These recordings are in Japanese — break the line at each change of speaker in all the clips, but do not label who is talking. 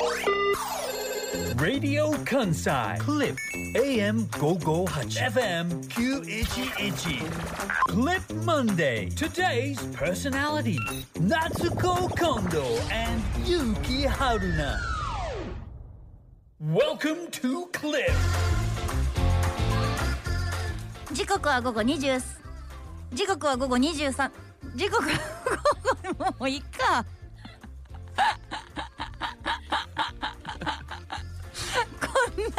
ラジオ関西クリップ AM558FM911 E Clip Monday Today's personality Natsuko Kondo and Yuki Haruna Welcome to Clip
時刻は午後20時刻は午後23時刻は午後もういいかこんなに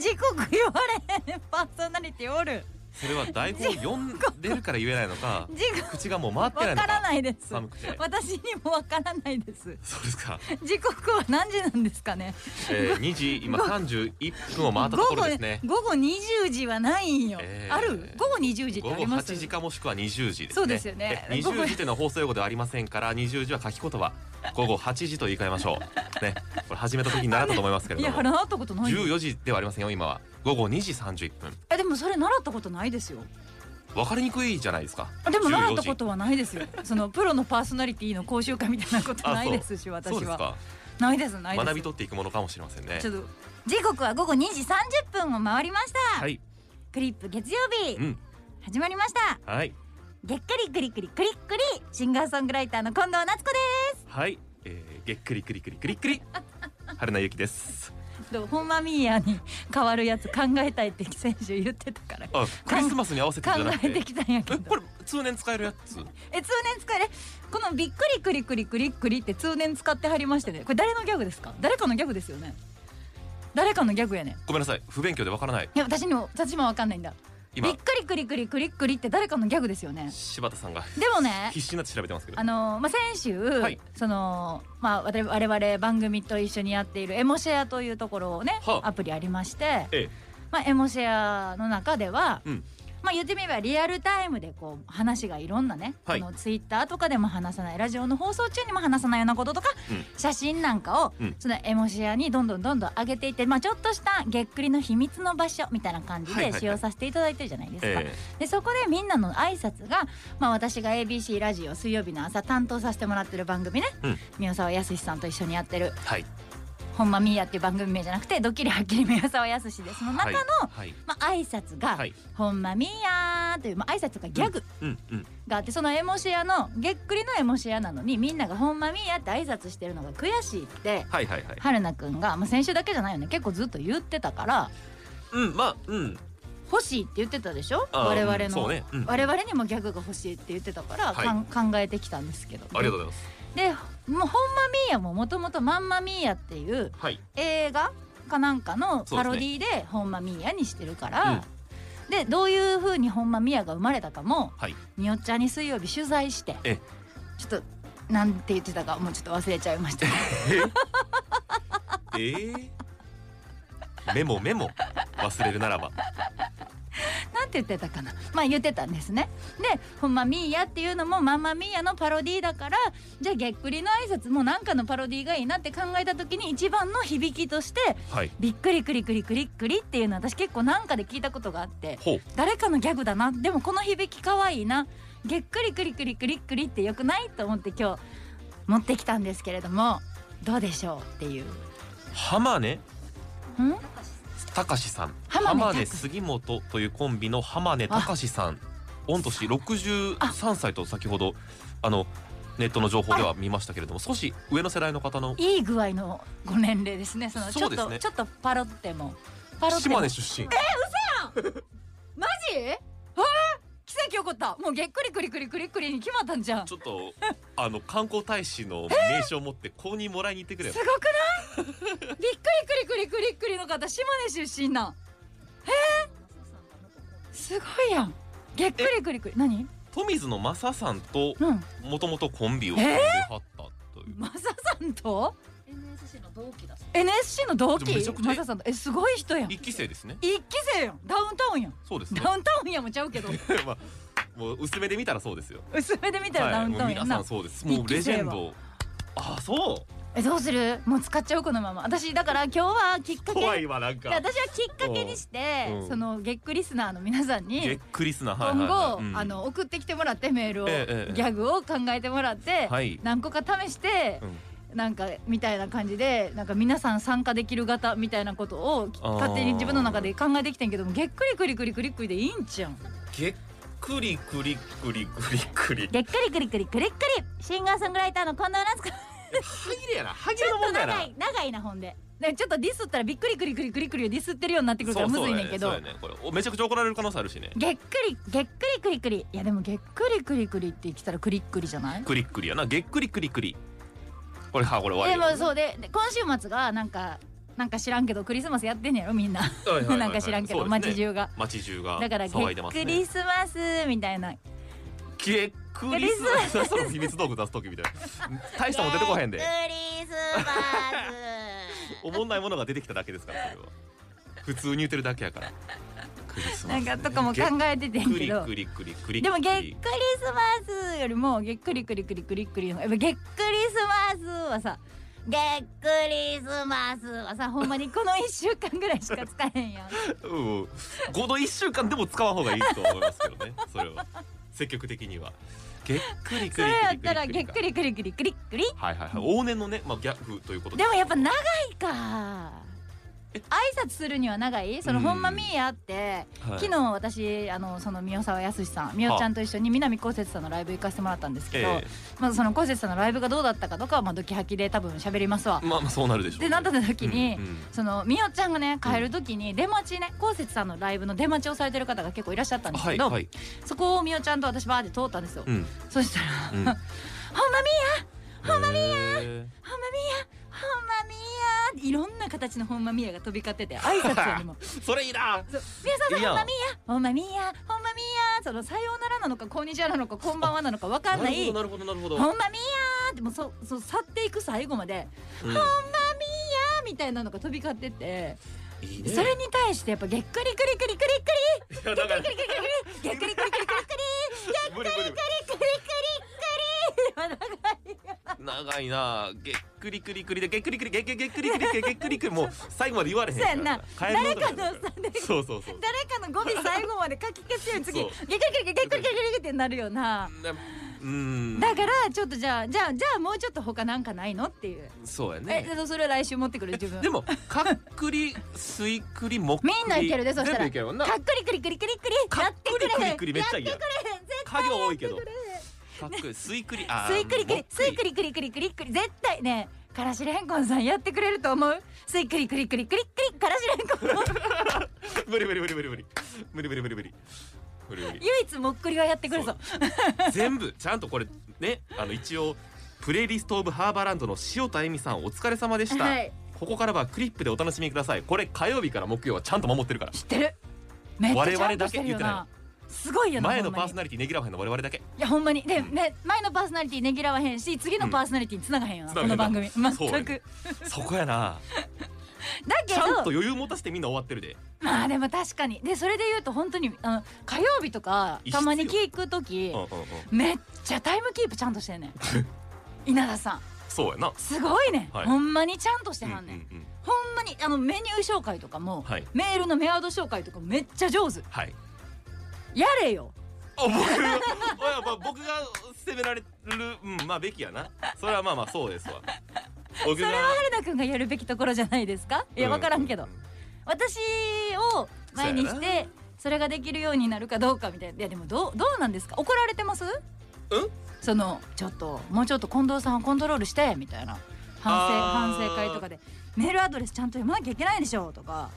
時刻言われへんパーソナリティおる
それは台本を読んでるから言えないのか
時刻
口がもう回ってな
わ
いの
か
から
ないです
寒くて
私にもわからないです
そうですか、
時刻は何時なんですかね
えー、2時今31分を回ったと
午
ころ
後
ですね
午後20時はないんよ、
えー
ある午後20時っ
午
てあ
後
ります
8時かもしくは20時ですね
そうですよね
え
午後
20時というのは放送用語ではありませんから20時は書き言葉午後8時と言い換えましょうねこれ始めた時に習ったと思いますけれ
い
ど
や
も
習ったことないよ
14時ではありませんよ今は午後2時31分
えでもそれ習ったことないですよ
わかりにくいじゃないですか
でも習ったこ
14時
とはないですよ。そのプロのパーソナリティの講習会みたいなこと
あ
ない
そう
ですし、私
そうです
は。
か
ないです、ないです。
学び取っていくものかもしれませんね
ちょっと時刻は午後2時30分を回りました。
はい
クリップ月曜日、
うん
始まりました。
はい
げっくりくりくりくりくり、シンガーソングライターの近藤夏子です。
はい、えー、げっくりくりくりくり くり春名ゆきです
どうホンマミーヤに変わるやつ考えたいって選手言ってたから。
あクリスマスに合わせてじゃ
考
なく
え
て
てきたんやけ
え
ど
これ通年使えるやつ
え通年使えれこのびっくりくりくりくりくりって通年使ってはりましてねこれ誰のギャグですか誰かのギャグですよね誰かのギャグやね
ごめんなさい不勉強でわからない
いや私にも私もわかんないんだびっ
今
くりくりくりくりくりって誰かのギャグですよね
柴田さんが
でもね
必死になって調べてますけど
あのーまあ、先週、
い
そのまあ我々我々番組と一緒にやっているエモシェアというところをね、
はあ
アプリありまして、
ええ
まあ、エモシェアの中では、
うん
まあ、言ってみればリアルタイムでこう話がいろんなね、
はい
このツイッターとかでも話さないラジオの放送中にも話さないようなこととか、
うん
写真なんかを、
うん
そのエモシェアにどんどんどんどん上げていって、まあ、ちょっとしたげっくりの秘密の場所みたいな感じ
はいはい
で
はい
使用させていただいてるじゃないですか。
え
でそこでみんなの挨拶が、まあ、私が ABC ラジオ水曜日の朝担当させてもらってる番組ね、
うん
宮沢康さんと一緒にやってる
えはい
「ほんまみーや」っていう番組名じゃなくて「ドッキリはっきり宮沢康でその中の、
はい
まあ挨拶が「
はい
ほんまみーや」という、まあ挨拶とかギャグ
うんうん
があって、そのエモシェアのげっくりのエモシェアなのにみんなが「ほんまみーや」って挨拶してるのが悔しいって。
はいはいはい
春菜くんが、まあ、先週だけじゃないよね結構ずっと言ってたから
うんまあうん
欲しいって言ってたでしょ
あー
我々の、
うんそうねうん
我々にもギャグが欲しいって言ってたから、
はい
かん考えてきたんですけど
ありがとうございます
でもう「ほんまミーヤ」ももともと「まんまミーヤ」っていう
はい
映画かなんかの
そうですね
パロディで「ほんまミーヤ」にしてるから。でどういう風にほんまミーヤが生まれたかも
はい
によっちゃんに水曜日取材して
え
ちょっとなんて言ってたかもうちょっと忘れちゃいました
ええ メモメモ忘れるならば
なんて言ってたかなまあ言ってたんですねで「ほんまミーヤ」っていうのも「マンマミーヤ」のパロディーだからじゃあげっくりの挨拶もなんかのパロディーがいいなって考えた時に一番の響きとして
はい
「びっくりくりくりくりくり」っていうの私結構なんかで聞いたことがあって
ほう
誰かのギャグだなでもこの響きかわいいなげっくりくりくりくりくりってよくないと思って今日持ってきたんですけれどもどうでしょうっていう。
浜根
ん
隆さん
浜根
浜
隆
根杉本というコンビの浜根隆さん御年63歳と先ほどあのネットの情報では見ましたけれども少し上の世代の方の
いい具合のご年齢ですね。そのちょ
そ
っ
うです
と、
ね
ちょっとパロっても。パロっても
島根出身
マジ？えー奇跡起こった。もうげっくりくりくりくりくりに決まったんじゃん。
ち
す
ょっとあの観光大使の名刺を持って公認もらいに行ってくれ
ご
よ
くない？びっくりくりくりくりくりの方島根出身なん。えーすごいやん。げっくりくりくり何？
富水の正さんと
うん。
もともとコンビを組んではったという、
マサさんと
NSC の同期だそう
NSC の同
でも
期
めちゃくちゃ
マサさんとえすごい人やん。
一期生ですね
一期生やん。ダウンタウンやん。
そうですね
ダウンタウンやもちゃうけど
まあもう薄めで見たらそうですよ
薄めで見たらダ
は
ウ
い
ン
も
タウン
う
や
皆
ん
さ
な。
んそうです
一期生は
もうレジェンドあそ
えどうするもう使っちゃうこのまま私だから今日はきっ
う
かけ
怖いわなん
いや
か
私はきっかけにして、
うん
そのゲックリスナーの皆さん
げっ
に
くりすなはい
今後、
はいはいうん
あの送ってきてもらってメールを、
ええええ
ギャグを考えてもらって、
はい
何個か試して
う、ん
なんかみたいな感じでなんか皆さん参加できる方みたいなことをき
あー
勝手に自分の中で考えてきてんけどもげっくりくりくりくりくりでいいんちゃうん
げっくりくりくりくりくり
げっくりくりくりくりくりシンガーソングライターの近藤夏子
歯切れやな歯切
ち
れ
ょ
の
っと
問題やな
長い長いなほんででちょっとディスったらびっくりくりくりくりくりをディスってるようになってくるからむずいねんけど
そうそうやねそうやねこれおめちゃくちゃ怒られる可能性あるしね
げっくりげっくりくりくりいやでもげっくりくりくりってきたらくりっくりじゃない
くりっくりやなげっくりくりくりこれはこれ終
で
わ
もそうでで今週末がなんかなんか知らんけどクリスマスやってんねやろみんな
りはいはいはいはい
なんか知らんけど、
そうですね
街中が
街中が
だからげ
騒いで
っ
ます
く
ね
りスマスみたいな
げっくりす なその秘密道具出す時みたいな大したもん出てこへ んで
クリスマ
おもんないものが出てきただけですからそれは普通に言ってるだけやからクリスマ
な
ス
ん
ね
かとかも考えててんけど
クリクリクリクリ
でもげっくりスマスよりもげっくりくりくりくりくりのやっぱげっくりスマスはさげっくりスマスはさほんまにこの1週間ぐらいしか使えへんやん
うん5度1週間でも使わん方がいいと思いますけどねそれは積極的にはげっくり
そ
く
れ
り
やっ
く
たら
りく
げ
り
っ
か
くりくりくりくりくり
はいはいはい往年のねまあギャグということ
でもやっぱ長いか
え
挨拶するには長いその
うん
ほんまみーやって、
はい
昨日私あのその宮沢康さん宮ちゃんと一緒に南こうせつさんのライブ行かせてもらったんですけど、
え
まあそのこうせつさんのライブがどうだったかとかはまあドキハキで多分喋りますわ
え、まあまあそうなるでしょう、
でなった時に、
うんうん
そのみおちゃんがね帰る時に出待ちねこうせつさんのライブの出待ちをされてる方が結構いらっしゃったんです
は
け
い
ど、
はい
そこをみおちゃんと私バーで通ったんですよ、
うん
そしたら「
うん
ほんま
ほんまみや
ほんまみやほんまみや」っていろんな形のほんまみやが飛び交 ってて挨拶よりも
それいいな
そう皆さん
いや
ほんまみーやほんまみーやほんまみーやそのさようならなのかこんにちはなのかこんばんはなのかわかんないほ
なるほどなるほど
ん
なるほど、
まみーやーってもうそそう去っていく最後まで
うん
ほんまみーやーみたいなのが飛び交ってて
いいね
それに対してやっぱげっくりくりくりくり
いや だから
くりくりくりくりくりげっくりくりくりくりく
無理無
りく
理
りくりくりくりくり
長いなげっくりくりくりでげっくりくりげっくりげっくりくりげっくりくりもう最後まで言われへんから
そうやんな
帰ることにな
誰
る
かのさで
そうそうそう
誰かの語尾最後まで書き消すように次
そ
げ
う
っくりくりくりげっくりくりくりってなるよな
なうん
だからちょっとじゃあじゃあじゃあもうちょっと他なんかないのっていう
そうや
え
ね
でそれは来週持ってくる自分
でもかっくりすいくりもっくり
みんないけるでそしたら
全部いけるもんな
かっくりくりくりくりくり
かっくりくりくりめっちゃいい
や
や
っ
ん
てくれへん絶
家業多いけど
対やってくれへん
かっくりすいくりあー
すいくりく
もっ
りすいくりくりくりくりくり絶対ねえからしれんこんさんやってくれると思うすいくりくりくりくりくりからしれんこん
無理無理無理無理無理無理無理無理無理無理無理
唯一もっくりはやってくれそう
全部ちゃんとこれねあの一応プレイリストオブハーバーランドの塩田恵美さんお疲れ様でした、
はい
ここからはクリップでお楽しみくださいこれ火曜日から木曜はちゃんと守ってるから
知ってるめっちゃちゃんとしてるよ
我々だ
なすごいよな
前
ほ
の
んま
パー
に
ソナリティねぎらわへんの我々だ け
いやほんまにでね前のパーソナリティねぎらわへんし次のパーソナリティにつながへんよな
うん
この番組
つながへんな
全く
そこやな
だけ
ちゃんと
ど
余裕持たせてみんな終わってるで
まあでも確かにでそれで言うと本当にあの火曜日とかたまに聞く時
うんうんうん
めっちゃタイムキープちゃんとしてんねん 稲田さん
そうやな
すごいね、
はい
ほんまにちゃんとして
うんうん
はんねん、
うん
ほんまにあのメニュー紹介とかも、
はい
メールのメアド紹介とかもめっちゃ上手
はい
やれよ
あ僕 があまあ僕が責められるうんまあべきやなそれはまあまあそうですわ僕が
春菜くんがやるべきところじゃないですかいや
う
分からんけど、
う
私を前にし
そうや
てそれができるようになるかどうかみたいないやでもどうどうなんですか怒られてますそのちょっともうちょっと近藤さんをコントロールしてみたいな反省
あー
反省会とかでメールアドレスちゃんと読まなきゃいけないでしょとか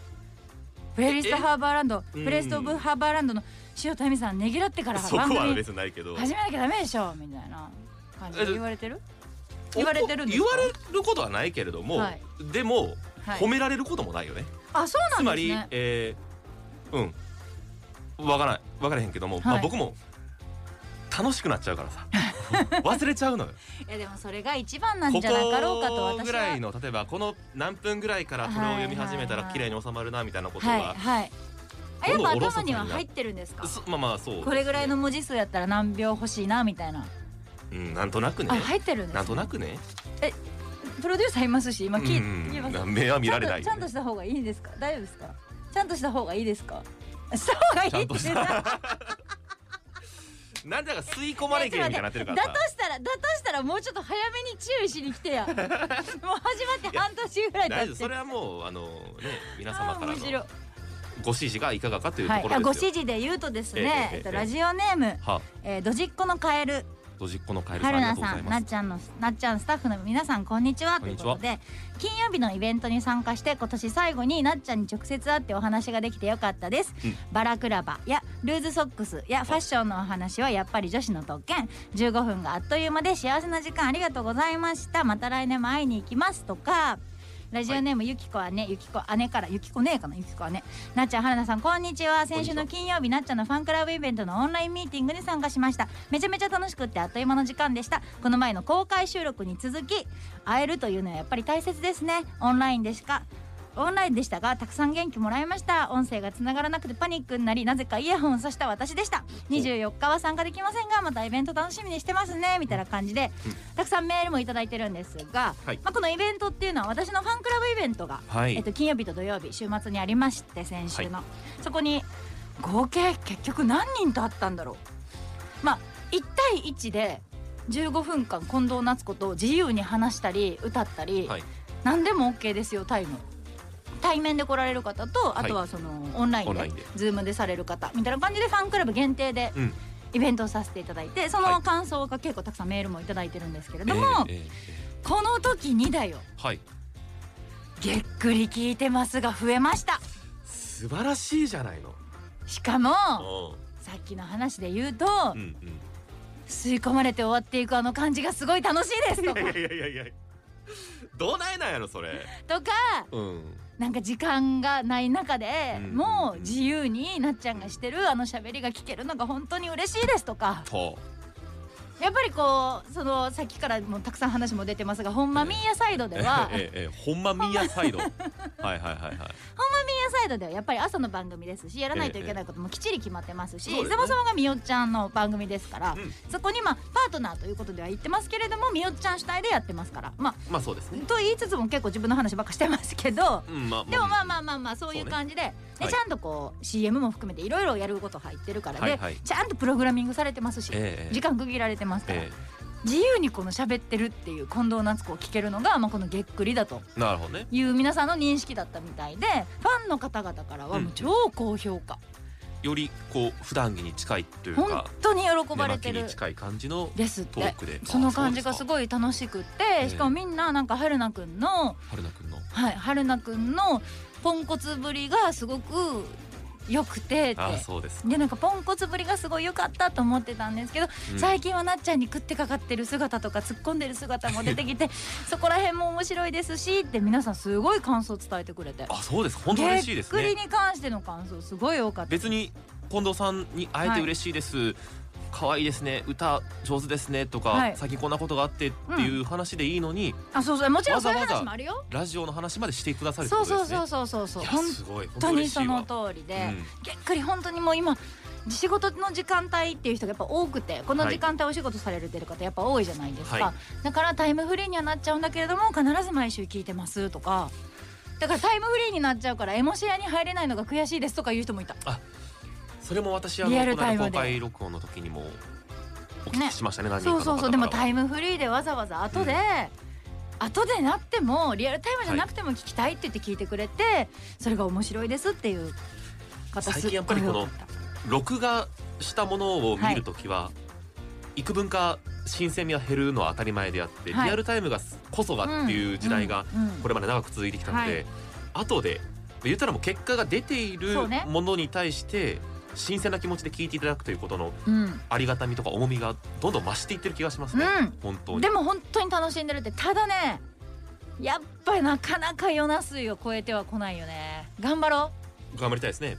プレイリストハーバーランド
うん
プレイリストオブハーバーランドの塩田恵美さんねぎらってから
そこ
番
は
組
別にないけど
始めなきゃダメでしょみたいな感じで言われてる言われてるんです
言
か
われることはないけれども、
はい
でも、
はい
褒められることもないよね
あそう
つ
な
ま
んです
り、
ね
えーうんわからないわからへんけども、ま
は
あ
い
僕も楽しくなっちゃうか らさ忘れちゃうのよ
いやでもそれが一番なん
こ
じゃなかろうかと
こ
私
ぐ
は
らいの例えばこの何分ぐらいからこれを読み始めたら
はい
綺麗に収まるなみたいなことは、
はいはいあやっ
この
ぱ
おろ
頭
そかに
に
な
は入ってるんですか
そまあまあそうですね、
これぐらいの文字数やったら何秒欲しいなみたいな
うんなんとなくね
あ入ってるんですね
なんとなくね
えプロデューサーいますし今聞い聞います
うん目は見られない
ちゃんとちゃんとした方がいいですか大丈夫ですかちゃんとした方がいいですかした方がいい
ちゃん
って
とし
絶対
たなんだか吸い込まれ系みたいになってるから
だ
さ
としたらだとしたらもうちょっと早めに注意しに来て やもう始まって半年ぐらい経っ
大丈夫
て
それはもうあのね皆様から
あー
の
面白い
ご指示がいかがかというと
はい
こ
あ
ろ
ご
ですよ
指示で言うとです
ええ
ね
ええ、
えっと
ええ
ラジオネーム、
は
えー、ドジっ子のカエル
ドジっ子のカエルさ
は
ん
る
ありが
なさ
とうござい
ん、
ま
なっ
す
ちゃんのなっちゃんスタッフの皆さんこんにちは
ことん
いう
にち
こ
は
とで、金曜日のイベントに参加して今年最後になっちゃんに直接会ってお話ができてよかったです。
うん
バラクラバやルーズソックスやファッションのお話はやっぱり女子の特権。15分があっという間で幸せな時間ありがとうございました。また来年も会いに行きますとか。ラジオネーム、ゆきこ姉、ゆきこ姉から、ゆきこ姉かな、ゆきこ姉。なっちゃん、はるなさん、こんにちは。先週の金曜日、なっちゃんのファンクラブイベントのオンラインミーティングに参加しました。めちゃめちゃ楽しくって、あっという間の時間でした。この前の公開収録に続き、会えるというのはやっぱり大切ですね。オンラインでしか。オンラインでしたがたくさん元気もらいました音声がつながらなくてパニックになりなぜかイヤホンをさした私でした24日は参加できませんがまたイベント楽しみにしてますねみたいな感じで、
うん
たくさんメールもいただいてるんですが、
はい
まあ、このイベントっていうのは私のファンクラブイベントが、
はい
えっと、金曜日と土曜日週末にありまして先週の、そこに合計結局何人と会ったんだろうまあ1対1で15分間近藤夏子と自由に話したり歌ったり、
はい
何でも OK ですよタイム対面で来られる方と
い
あとはその、オンライ
オ
ン
ン
で
ラインで
ズームでされる方みたいな感じでファンクラブ限定で
うん
イベントをさせていただいてそ
は
の
い
感想が結構たくさんメールもいただいてるんですけれども、
えええええ
この時にだよ
えはい
げっくり聞いてますが増えました
素晴らしいじゃないの
しかも
うん
さっきの話で言うと
うん
吸い込まれて終わっていくあの感じがすごい楽しいですと
うんいやいやいやいやどうないなんやろそれ
とか
うん
なんか時間がない中で
うん
もう自由になっちゃんがしてるあの喋りが聞けるのが本当に嬉しいですとか
と
やっぱりこうそのさっきからもたくさん話も出てますがほんまミーヤサイドでは
ええええほんまミヤサイドはいはいはいはい
深夜サイドではやっぱり朝の番組ですしやらないといけないこともきっちり決まってますし、
ええそうです
そ
ね
もそもがみよちゃんの番組ですから、
うん
そこにまあパートナーということでは言ってますけれどもみよちゃん主体でやってますからまあ
まあそうですね
と言いつつも結構自分の話ばっかしてますけど。
うんまあ
でもまあまあまあまあそういう
そうね
感じで,、で
はい
ちゃんとこう CM も含めていろいろやること入ってるからで、
はいはい
ちゃんとプログラミングされてますし、
ええええ
時間区切られてますから、
え
自由にこの喋ってるっていう近藤夏子を聞けるのが、まあ、この「げっくり」だと
えなるほどね
いう皆さんの認識だったみたいでファンの方々からはもう超高評価、
よりこう普段着に近いという
本
か
当に喜ば
寝
れ
巻
て
き
る
に近い感じの
ですっ
トー
て
クで
その感じがす
い
ごい楽しくって、
ええ
しかもみんななんか春菜くんの
春菜くんの
はい春菜くんのポンコツぶりがすごく良くてって
ああそうです
でなんかポンコツぶりがすごい良かったと思ってたんですけど、
うん
最近はなっちゃんに食ってかかってる姿とか突っ込んでる姿も出てきてそこら辺も面白いですしって皆さんすごい感想伝えてくれて
あそうです本当嬉しいです
げっ
ね
くりに関しての感想すごい多かった
別に近藤さんに会え
は
て
い
嬉しいです可愛いですね歌上手ですねとか、
はい
最近こんなことがあってっていう話でいいのに、
あそうそうもちろんそういう
わざわざ
話もあるよ
ラジオの話までしてくださるって
そ
こ
うそう
とですね
そうそうそうそう
いや
本
すごい本
当に
嬉しい
そ
わ
の通りで、
うん
げっくり本当にもう今仕事の時間帯っていう人がやっぱ多くてこの時間帯お仕事されてる方やっぱ多いじゃないですか、
はい
だからタイムフリーにはなっちゃうんだけれども必ず毎週聞いてますとかだからタイムフリーになっちゃうからエモシェアに入れないのが悔しいですとかいう人もいた
それも私あの
リアル
この
タ
間
イムで
公開録音の時にもお聞きしましたね何人か
そ
の
うそ
方
うそうで
か
も
らは
タイムフリーでわざわざ後で、後でなってもリアルタイムじゃなくても聞きたいって言って聞いてくれて、それが面白いですっていう方
最近やっぱりこの
すっごい多かった
録画したものを見るときは、幾分か新鮮味は減るのは当たり前であって、
はい
リアルタイムがこそがっていう時代が
うんうん
これまで長く続いてきたので、後で言ったらもう結果が出ている
そうね
ものに対して、新鮮な気持ちで聞いていただくということの
うん
ありがたみとか重みがどんどん増していってる気がしますね、
うん
本当に
でも本当に楽しんでるってただねやっぱりなかなか夜なすいを超えては来ないよね頑張ろ
頑張りたいで すね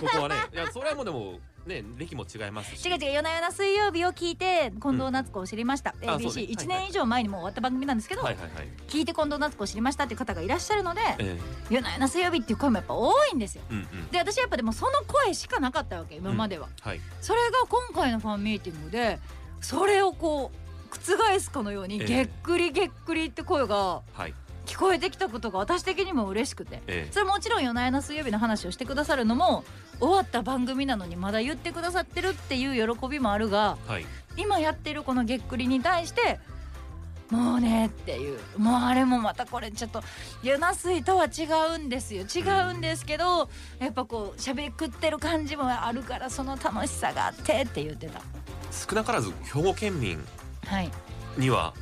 ここはねいやそれはもうでもね歴も違いますし
う違う違う夜な夜な水曜日を聞いて近藤夏子を知りました、
んあそうね
ABC1
はいは
年
い
以上前にもう終わった番組なんですけど、
はいはいはい、
聞いて近藤夏子を知りましたっていう方がいらっしゃるので
え
夜な夜な水曜日っていう声もやっぱ多いんですよ
えうんうん
で私やっぱでもその声しかなかったわけ今までは、
はい
それが今回のファンミーティングでそれをこう覆覆すかのように、
ええ
げっくりげっくりって声が
はい、
聞こえてきたことが私的にも嬉しくて
え
それもちろん夜な夜な水曜日の話をしてくださるのも終わった番組なのにまだ言ってくださってるっていう喜びもあるが
え、はい、
今やってるこのげっくりに対してもうねっていうもうあれもまたこれちょっとユナ水とは違うんですよ違うんですけどやっぱこうしゃべくってる感じもあるからその楽しさがあってって言ってた
少なからず兵庫県民
はい
には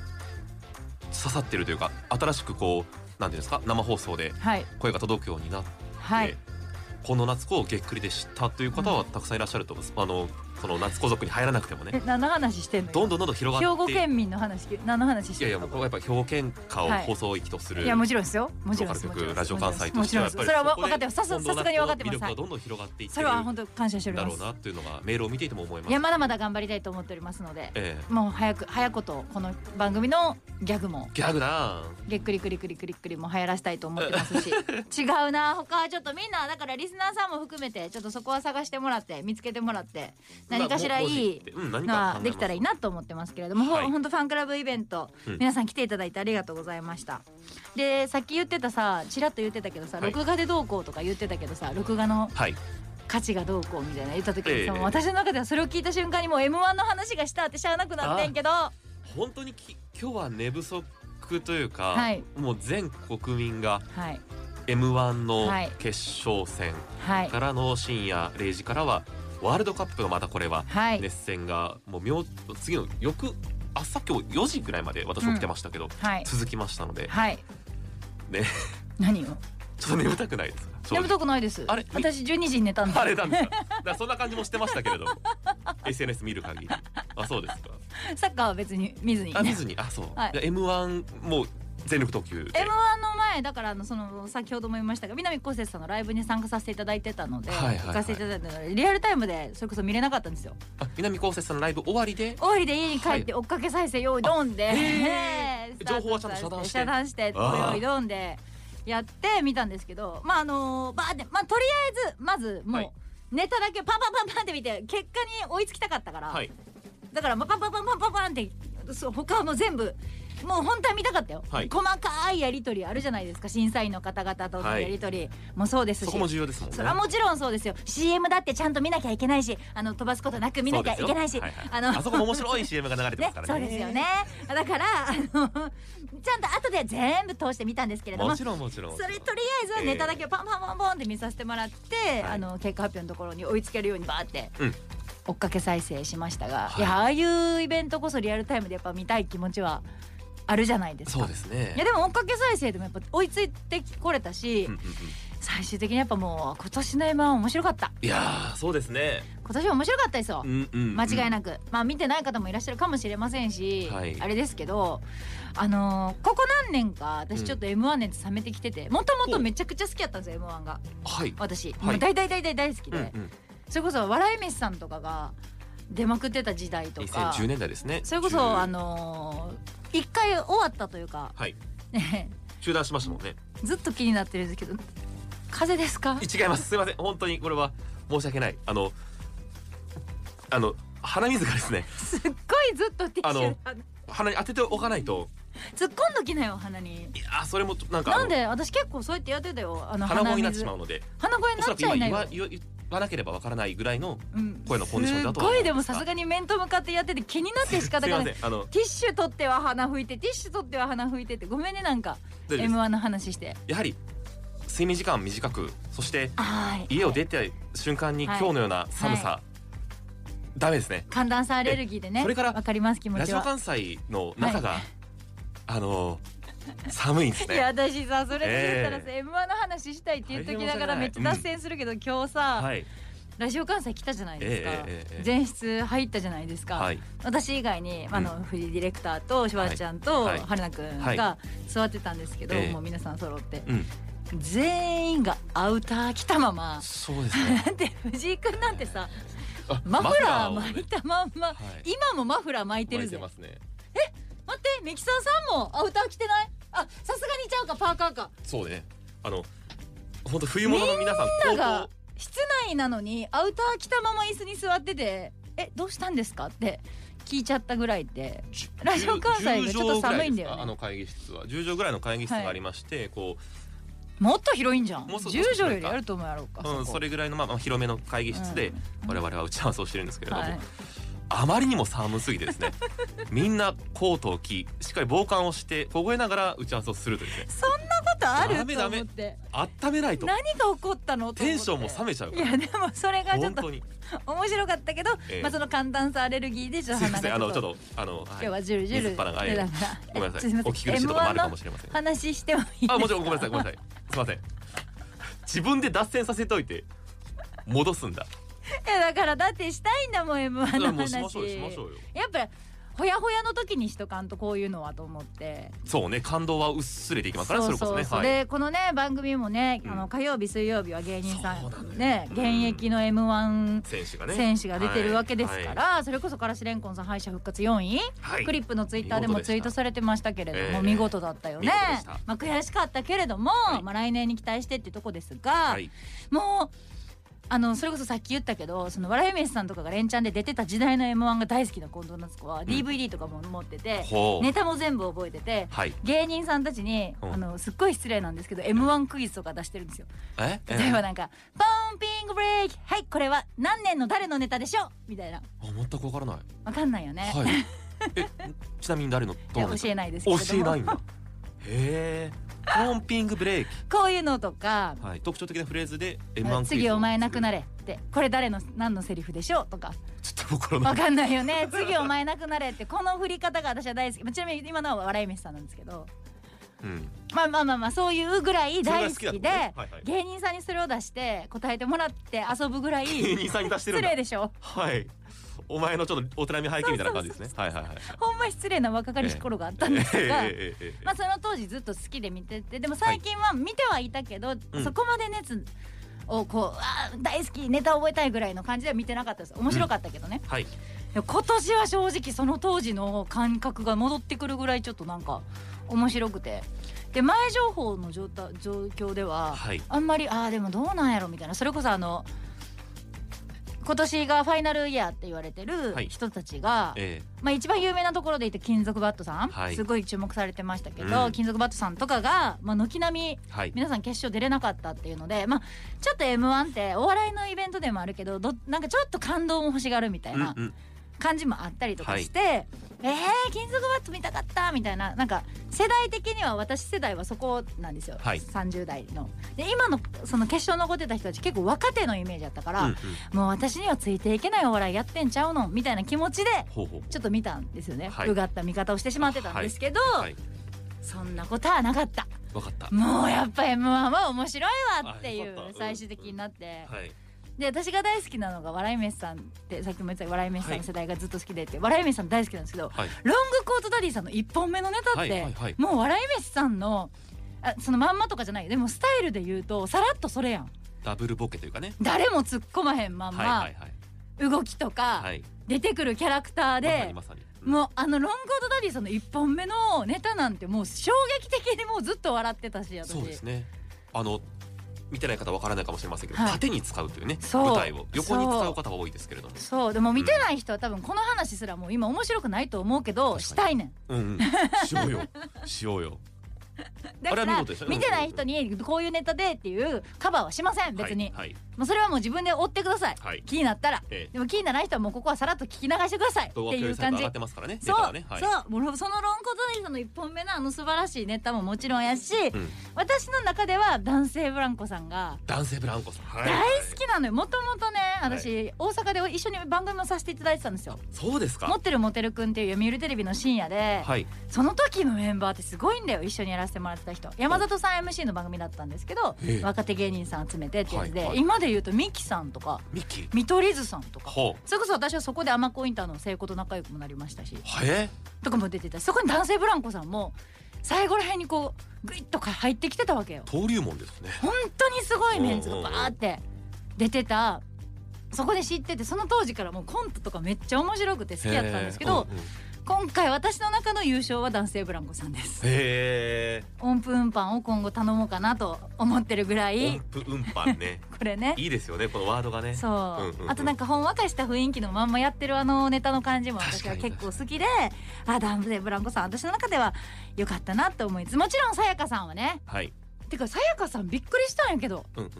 刺さってるというか新しくこうなんていうんですか生放送で
はい
声が届くようになって、
はい
この夏子をげっくりで知ったという方はたくさんいらっしゃると思います、あのその夏子族に入らなくても
え
ね
何の話してんの
どんどんどんどん広
兵
がっ
庫
て
県民の話何の話し
い
て
やい
ん
や
の
もうこれやっぱ兵庫県下を放送域とする、
いやもちろんですよもち
ロ
ろん
ー
で
カル
すもちろ
局
んで
ラ
す
ジオ関西と
も
し
ち
て
ろ
は
ん
や
です
っぱ
もちろんです
り
それは
こで
分かってますさすさすがに分かってます
近藤夏子の魅力がどんどん広がっていって
そ
る
れは本
だ
当感謝しておりま
ろう
す
なっていうのがメールを見ていても思いま
い
す
や。まだまだ頑張りたいと思っておりますので
ええ
もう早く早いことこの番組のギャグも
ギャグだ
げっくりくりくりくりくりも流行らせたいと思ってますし違うな他はちょっとみんなだからリスナーさんも含めてちょっとそこは探してもらって見つけてもらって何かしらいい
まあもうもううん何
の
か
は
考えます
できたらいいなと思ってますけれども、ほ
はい
ほんとファンクラブイベント、
うん
皆さん来ていただいてありがとうございましたでさっき言ってたさちらっと言ってたけどさ、
はい
録画でどうこうとか言ってたけどさ録画の
はい
価値がどうこうみたいな言った時にさ、
ええ
私の中ではそれを聞いた瞬間にもう m 1の話がしたってしゃあなくなってんけど
本当にき今日は寝不足というか、
はい
もう全国民が
はい
m 1の
はい
決勝戦
はい
からの深夜0時からはワールドカップのまたこれは
はい、
熱戦がもう明次の翌朝今日4時ぐらいまで私起きてましたけど、
はい
続きましたので
はい
ね
何よ
ちょっと眠たくないです正直
眠たくないです
あれ
私12時に寝たんで
あれなんですかだからそんな感じもしてましたけ れども SNS 見る限りあそうですか
サッカーは別に見ずに
あ見ずにあそう、
はい
じゃあ M1 もう全力投球で
M1 の前だからあのその先ほども言いましたが南こうせつさんのライブに参加させていただいてたので、
はいはいはい
行かせていただいたのでリアルタイムでそれこそ見れなかったんですよ
あ南こうせつさんのライブ終わりで
終わりで家に帰って追っかけ再生用意ドンで、
あへー
へースタート
情報はちゃんと遮断して
遮断して
あー
用意ドンでやってみたんですけどまああのバーでまあとりあえずまずもう、
はい
ネタだけパンパンパンパンって見て結果に追いつきたかったから、
はい
だからまあパンパンパンパンパンパンってそう他はもう全部もう本当は見たかったよ、
はい
細かいやり取りあるじゃないですか審査員の方々との
はい
やり取りもそうですし、
そこも重要ですもんね
それはもちろんそうですよ CM だってちゃんと見なきゃいけないしあの飛ばすことなく見なきゃいけないし、
そうですよは
あ
いはい
の
あそこも面白い CM が流れて
ね
ますか、ら
そう
ね
ですよねだからあの ちゃんと後で全部通してみたんですけれども
も
そ
ち
れ
ろんもちろん
とりあえずはネタだけをパンパンパンパンって見させてもらって、
はい
あの結果発表のところに追いつけるようにバーって
うん
追っかけ再生しましたが、
はい
い、やああいうイベントこそリアルタイムでやっぱ見たい気持ちはあるじゃないですか。
そうですね
いやでも追っかけ再生でもやっぱ追いついてこれたし、
うんうんうん
最終的にやっぱもう今年の M1 は面白かった
いやーそうですね
今年は面白かったですよ、
うんうん
間違い
い
なく、まあ見てない方もいらっしゃるかもしれませんし、
はい
あれですけどあのーここ何年か私ちょっと m 1熱冷めてきててもともとめちゃくちゃ好きやったんですよ m 1が
はい
私、
はい
もう大大大大大好き
う
で、
んうん
それこそ笑い飯さんとかが出まくってた時代とか
2010年代ですね
それこ
10
そあのー一回終わったというか、
はい
ね
中断しましたもんね
ずっと気になってるんですけど風邪ですか
違いますすいません本当にこれは申し訳ないあのあの鼻水がですね
すっごいずっとティッシュあの
鼻に当てておかないと
突っ込んどきなよ鼻に
いやーそれもなんかあの
なんで私結構そうやってやってたよあの
鼻声になって
水
しまうので
鼻声に
お
なっ
そらく
ちゃ
今
いない
言
よ
わ言わ言わなければわからないぐらいの
うん
声のコンディションだと
す
は
っご
思う
い
ん
でも
です
さ
が
すがに面と向かってやってて気になって仕方
すい
が
ま
な
せ
い
んあの
ティッシュ取っては鼻拭いてティッシュ取っては鼻拭いてってごめんねなんか
大丈夫です
m 1の話して
やはり睡眠時間短くそして
はい
家を出て瞬間に
は
今
い
日のような寒さ、ダメですね
寒暖差アレルギーでね
それから
わかります気持
ラ
ち
ジオ
は
関西の中が、あの寒いんです
い や
ね
私さそれで言ったらさ、
え
m 1の話したいって言っときながら
大変申し訳ない
めっちゃ脱線するけど、今日さ、
はい
ラジオ関西来たじゃないですか、
ええええええ
前室入ったじゃないですか、
はい
私以外にあの、
う
フリーディレクターとシュワちゃんと
はい
春菜くん
はい
が座ってたんですけど、
ええ
もう皆さん揃って、
うん
全員がアウター着たまま
そうです ね
だって藤井くんなんてさ
あ
マフラー
をね
巻いたまんま、
はい
今もマフラー巻いて
巻
る
いて
ぜ
ますね
待ってミキサーさんもアウター着てないあさすがにちゃうかパーカーか
そうねあの本当冬物の皆さん
みんな
高
が室内なのにアウター着たまま椅子に座ってて「えどうしたんですか?」って聞いちゃったぐらいでラジオ関西がちょっと寒いんだよね
10畳ぐらですかあの会議室は10畳ぐらいの会議室がありまして、こ
もっと広いんじゃん
もうそ
10畳よりあると思うやろう
う、
か
うん、それぐらいの、まあ、まあ広めの会議室で
うん
我々は打ち合わせをしてるんですけれども、
はい
あまりにも寒すぎてで すねみんなコートを着しっかり防寒をして凍えながら打ち合わせをするというね
そんなことある
ダメ
と
ダメ
思って
温めないと
何が起こったのと思って
テンションも冷めちゃう
い
から
やでもそれがちょっ
本
と
当に
面白かったけど、
ええ
まあその寒暖差アレルギーでちょっ
す
と
いま
鼻
せん
が
あ
ちょ
の
っ
ちょっ
と
とあの、は
今
い
日はジュルジュル
水っ腹がええ
だ
ごめんなさい
すいま
お
せん
聞き苦しいとこもあるかも
M1
しれません
の話してもいい
あもちろんごめんなさいごめんなさいすいません自分で脱線させといて戻すんだ
いやだからだってしたいんだもん M1 の
もう
話
しましょうよしましょうよ
やっぱほやほやの時にしとかんとこういうのはと思って
そうね感動は薄れていきますからねそれこそねはい
でこのね番組もね、
うん
あの火曜日水曜日は芸人さ
そうなのよ
んね現役の m 1
選手がね
選手が出てるわけですから、
は
それこそからしれんこんさん敗者復活4位、
いはい
クリップのツイッターでもツイートされてましたけれども見
見
事
事
だったよね、
ええ見事でした
まあ悔しかったけれども、
い
まあ来年に期待してってとこですが、
はい
もうあのそれこそさっき言ったけどその笑い飯さんとかが連チャンで出てた時代の m 1が大好きな近藤夏子は DVD とかも持ってて、
ほう
ネタも全部覚えてて
はい
芸人さんたちに、
うん
あのすっごい失礼なんですけど m 1クイズとか出してるんですよ。
え
例えばなんか「ポンピングブレーキはいこれは何年の誰のネタでしょう?」みたいな
あ全くわからない
わかんないよね。
はいえちなみに誰の
い
ど
や
うなんです
教
か
えないですけれ
教
ども
えないんだへえポンピングブレーキ
こういうのとか
はい特徴的なフレーズで
「
M1
次お前なくな
れ
れ」って「これ誰の何のセリフでしょう?」とか
ちょっとわからな
わ
い
かんないよね「次お前なくなれ」ってこの振り方が私は大好きまあちなみに今のは笑い飯さんなんですけど
うん
まあまあまあまあそういうぐらい大好
それが
き
好きだったのね
で
はいはい
芸人さんにそれを出して答えてもらって遊ぶぐらい
芸人さんに出してる
失
んだ
礼でしょ
はいお前のちょっとお手並み拝見みたいな感じですねはいはいはい
ほんま失礼な若かりし頃があったんですが。
ええええええ
まあ、その当時ずっと好きで見ててでも最近は見てはいたけど、
うん
そこまで熱をこうあー大好きネタ覚えたいぐらいの感じでは見てなかったです面白かったけどね、
はい
でも今年は正直その当時の感覚が戻ってくるぐらいちょっとなんか面白くてで前情報の状態状況では、
はい
あんまりああでもどうなんやろみたいなそれこそあの今年がファイナルイヤーって言われてる
はい
人たちが、
え
まあ、一番有名なところで言って金属バットさん、
はい
すごい注目されてましたけど、
うん
金属バットさんとかが、まあ、軒並み
えはい
皆さん決勝出れなかったっていうので、まあ、ちょっと m 1ってお笑いのイベントでもあるけどどなんかちょっと感動も欲しがるみたいな
うんうん
感じもあったりとかして、えー、金属バット見たかったみたいななんか世代的には私世代はそこなんですよ、
はい
30代の。で今のその決勝残ってた人たち結構若手のイメージだったから、
うんうん
もう私にはついていけないお笑いやってんちゃうのみたいな気持ちで。
ほうほう
ちょっと見たんですよね、
はいう
がった見方をしてしまってたんですけど、
はい
そんなことはなかった
わかった
もうやっぱ m 1は面白いわってい
あよかっ
う
た
最終的になって、
はい
で私が大好きなのが笑い飯さんってさっきも言ってた笑い飯さんの世代がずっと好きでって、笑い飯さん大好きなんですけど
はい
ロングコートダディさんの1本目のネタって、
はいはいはい
もう笑い飯さんのあそのまんまとかじゃないでもスタイルで言うとさらっとそれやん
ダブルボケというかね
誰も突っ込まへんまんま、
はいはいはい
動きとか、
はい
出てくるキャラクターで、
まさにまさにうん
もうあのロングコートダディさんの1本目のネタなんてもう衝撃的にもうずっと笑ってたし私
そうですねあの見てない方わからないかもしれませんけど、
はい
縦に使うというね
そう
舞台を横に使う方が多いですけれども
そうでも見てない人は多分この話すらもう今面白くないと思うけど
確かに
したいねん
うん うんしようよしようよ
だ
あ
か
れは見
ら
事でしたね
見てない人にこういうネタでっていうカバーはしません別に、
はいはい
もうそれはもう自分で追ってください、
はい
気になったら
ええ
でも気にならない人はもうここはさらっと聞き流してくださいって
動画
い
共有
う
サイ
感
ト上
じ
がってますからね
そう
データがねはい
そうもうそのロングコートダディさんの1本目のあの素晴らしいネタももちろんやし、
ん
私の中では男性ブランコさんが
男性ブランコさん、はい
大好きなのよもともとね
い
私、大阪で一緒に番組もさせていただいてたんですよ
そうです
「モ
か
テるモテるくん」っていう読売テレビの深夜で、
はい
その時のメンバーってすごいんだよ一緒にやらせてもらってた人山里さん MC の番組だったんですけど
ええ
若手芸人さん集めてってやつで、
はいはい
今で言うとミキさんとか
ミッキー
見取り図さんとか
ほう
それこそ私はそこで甘子インターの成功と仲良くもなりましたし
はえ
とかも出てたしそこに男性ブランコさんも最後らへんにこうグイッとか入ってきてたわけよ。
登竜門ですね
本当にすごいメンツがバーって出てたそこで知っててその当時からもうコントとかめっちゃ面白くて好きやったんですけど
へーうんうん
今回私の中の優勝は男性ブランコさんです
へえ
音符運搬を今後頼もうかなと思ってるぐら
音
い
符運 搬ね
これね
いいですよねこのワードがね
そう,、
んうんうん
あとなんかほんわかした雰囲気のまんまやってるあのネタの感じも私は
確かに
結構好きであダンブレブランコさん私の中では良かったなと思いつつもちろんさやかさんはね
はい
てかさやかさんびっくりしたんやけど
うんうん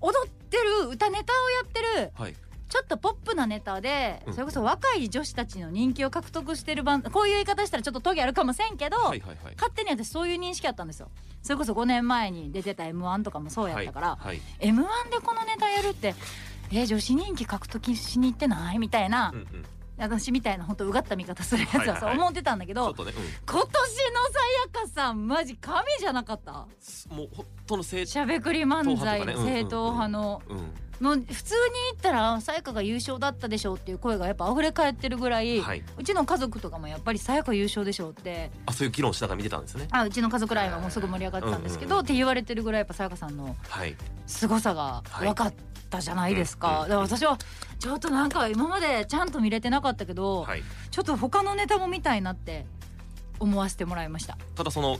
踊ってる歌ネタをやってる
はい
ちょっとポップなネタで
うん
それこそ若い女子たちの人気を獲得してるバンドこういう言い方したらちょっとトゲあるかもせんけど、
はいはいはい
勝手に私そういう認識あったんですよそれこそ5年前に出てた m 1とかもそうやったから、
はいはい
m 1でこのネタやるってえ女子人気獲得しに行ってないみたいな、
うんうんち
私みたいな本当うがった見方するやつ
はいはい
は
はい
そう思ってたんだけど、
ょっとね
今年のさやかさんマジ神じゃなかった
うんもう本当の正
しゃべくり漫才の
党派とかねうんうんうん
正統派の
うん
もう普通に言ったらさやかが優勝だったでしょうっていう声がやっぱ溢れ返ってるぐらい、
はいう
ちの家族とかもやっぱりさやか優勝でしょうって
あそういう議論しながら見てたんですね
あうちの家族ラインはもうすぐ盛り上がってたんですけど、
うんうんうん
って言われてるぐらいやっぱさやかさんの
はい
凄さが
はい
分かったじゃないですか、
う
だ
ん
から私はちょっとなんか今までちゃんと見れてなかったけど、
はい
ちょっと他のネタも見たいなって思わせてもらいました
ただその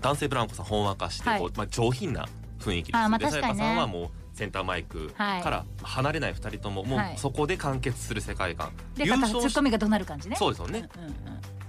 男性ブランコさんほんわかして
はい
こうまあ上品な雰囲気です
あーまあ
よで
確
さ
か
や
に
か
ね
さんはもうセンターマイク
はい
から離れない二人とももう
はい
そこで完結する世界観
で
優
片
勝
方ツッ
し
コミが怒鳴る感じね
そうですよね
うんうんうん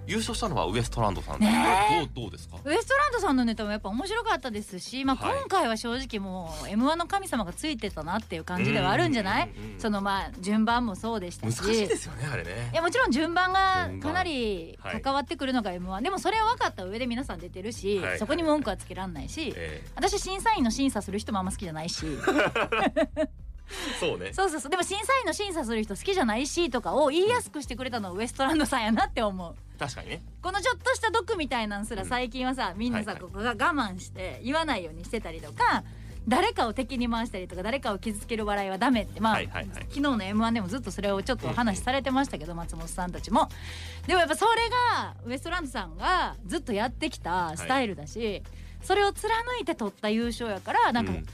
優勝したのはウエストランドさんど
ね
うどうですか
ウエストランドさんのネタもやっぱ面白かったですし、まあ、
はい
今回は正直もう m 1の神様がついてたなっていう感じではあるんじゃない
うんうんうん
そのまあ順番もそうでした
難
し
しいですよねあれね
いやもちろん順番が
順
か
番
なり
はい
関わってくるのが m 1、でもそれは分かった上で皆さん出てるし、
はい
そこに文句はつけらんないし、
え
私審査員の審査する人もあんま好きじゃない し
えそうね
そうそうそうでも審査員の審査する人好きじゃないしとかを言いやすくしてくれたのはウエストランドさんやなって思う。
確かにね
このちょっとした毒みたいなんすら
うん
最近はさ、みんなさ、
はいはい
ここが我慢して言わないようにしてたりとか誰かを敵に回したりとか誰かを傷つける笑いはダメってまあ、
はいはいはい
昨日の m 1でもずっとそれをちょっとお話しされてましたけど、松本さんたちもでもやっぱそれがウエストランドさんがずっとやってきたスタイルだし、それを貫いて取った優勝やからなんか、
うん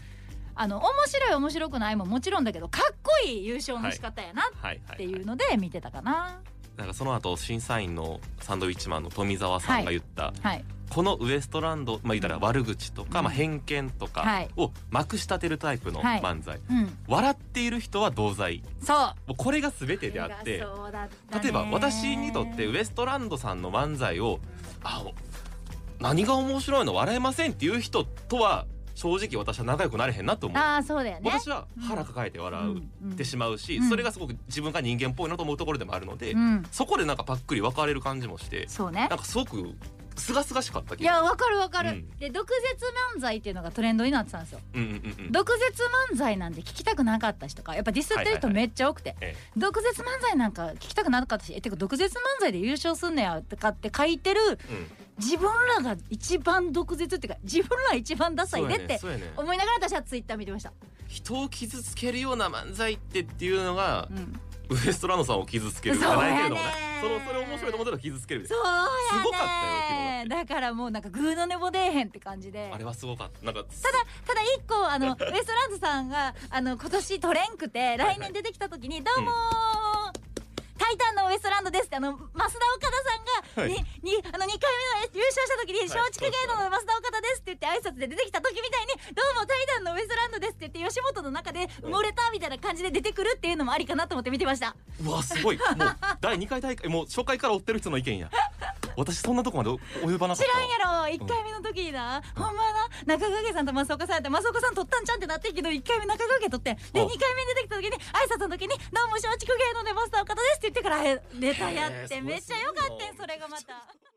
あの面白い面白くないももちろんだけどかっこいい優勝の仕方やな
はい
っ
は
て
い
い
はいう
ので見てたかな。
なんかその後審査員のサンドウィッチマンの富澤さんが言った、
はい
このウエストランドまあ言ったら悪口とか、
うん
まあ偏見と
は
か
い
をまくし立てるタイプの
はい
漫才、
うん、
笑っている人は同罪
そう
もうこれが全てであっ
それ
て
がそうだったね
例えば私にとってウエストランドさんの漫才をあ何が面白いの笑えませんっていう人とは正直私は仲良くなれへんなと思う、
ああそうだよね
私は腹抱えて笑うってしまうし、
うんうん
それがすごく自分が人間っぽいなと思うところでもあるので、
うん
そこでなんかパックリ分かれる感じもして
そうね
なんかすごく清々しかった気
い
が
やわかるわかる、
うん
で毒舌漫才っていうのがトレンドになってたんですよ、
うんうんうんうん
毒舌漫才なんて聞きたくなかったしとかやっぱディスってる人
はいはいは
めっちゃ多くて、
え
毒舌漫才なんか聞きたくなかったしえてか毒舌漫才で優勝すんねやとかって書いてる
うん
自分らが一番毒舌っていうか自分ら一番ダサいでって
そうやねそうやね
思いながら私はツイッター見てました、
人を傷つけるような漫才ってっていうのが
う、ん、
ウエストランドさんを傷つけるじゃないけれどもね
そ
そう
や
の
ね
それ面白いと思ってるのは傷つけるみたい
そうやね
すごかったよ昨日だ
だからもうなんかグーの根も出えへんって感じで
なあれはすごかったなんか
ただ一個あ のウエストランドさんがあの今年取れんくて来年出てきた時に「どうもータイタンのウエストランドです」ってあの増田岡田さんが、
はい
ににあの2回目の優勝した時に「松竹芸能の増田岡田です」って言って挨拶で出てきた時みたいに「どうもタイタンのウエストランドです」って言って吉本の中で埋もれたみたいな感じで出てくるっていうのもありかなと思って見てました。
うわすごいもう第2回大会もう初回から追ってる人の意見や私そんなとこまで及ばなか
知
った
らんやろ1回目の時にな、ほんまな中川家さんと増岡さんやって増岡さん取ったんちゃんってなってんけど1回目中川家取ってで2回
あ
目出てきた時に挨拶の時に「どうも松竹芸能でマスター岡田です」って言ってからあれネタやっ
へえ
て
そう
めっちゃ良かったん
そう
それがまた。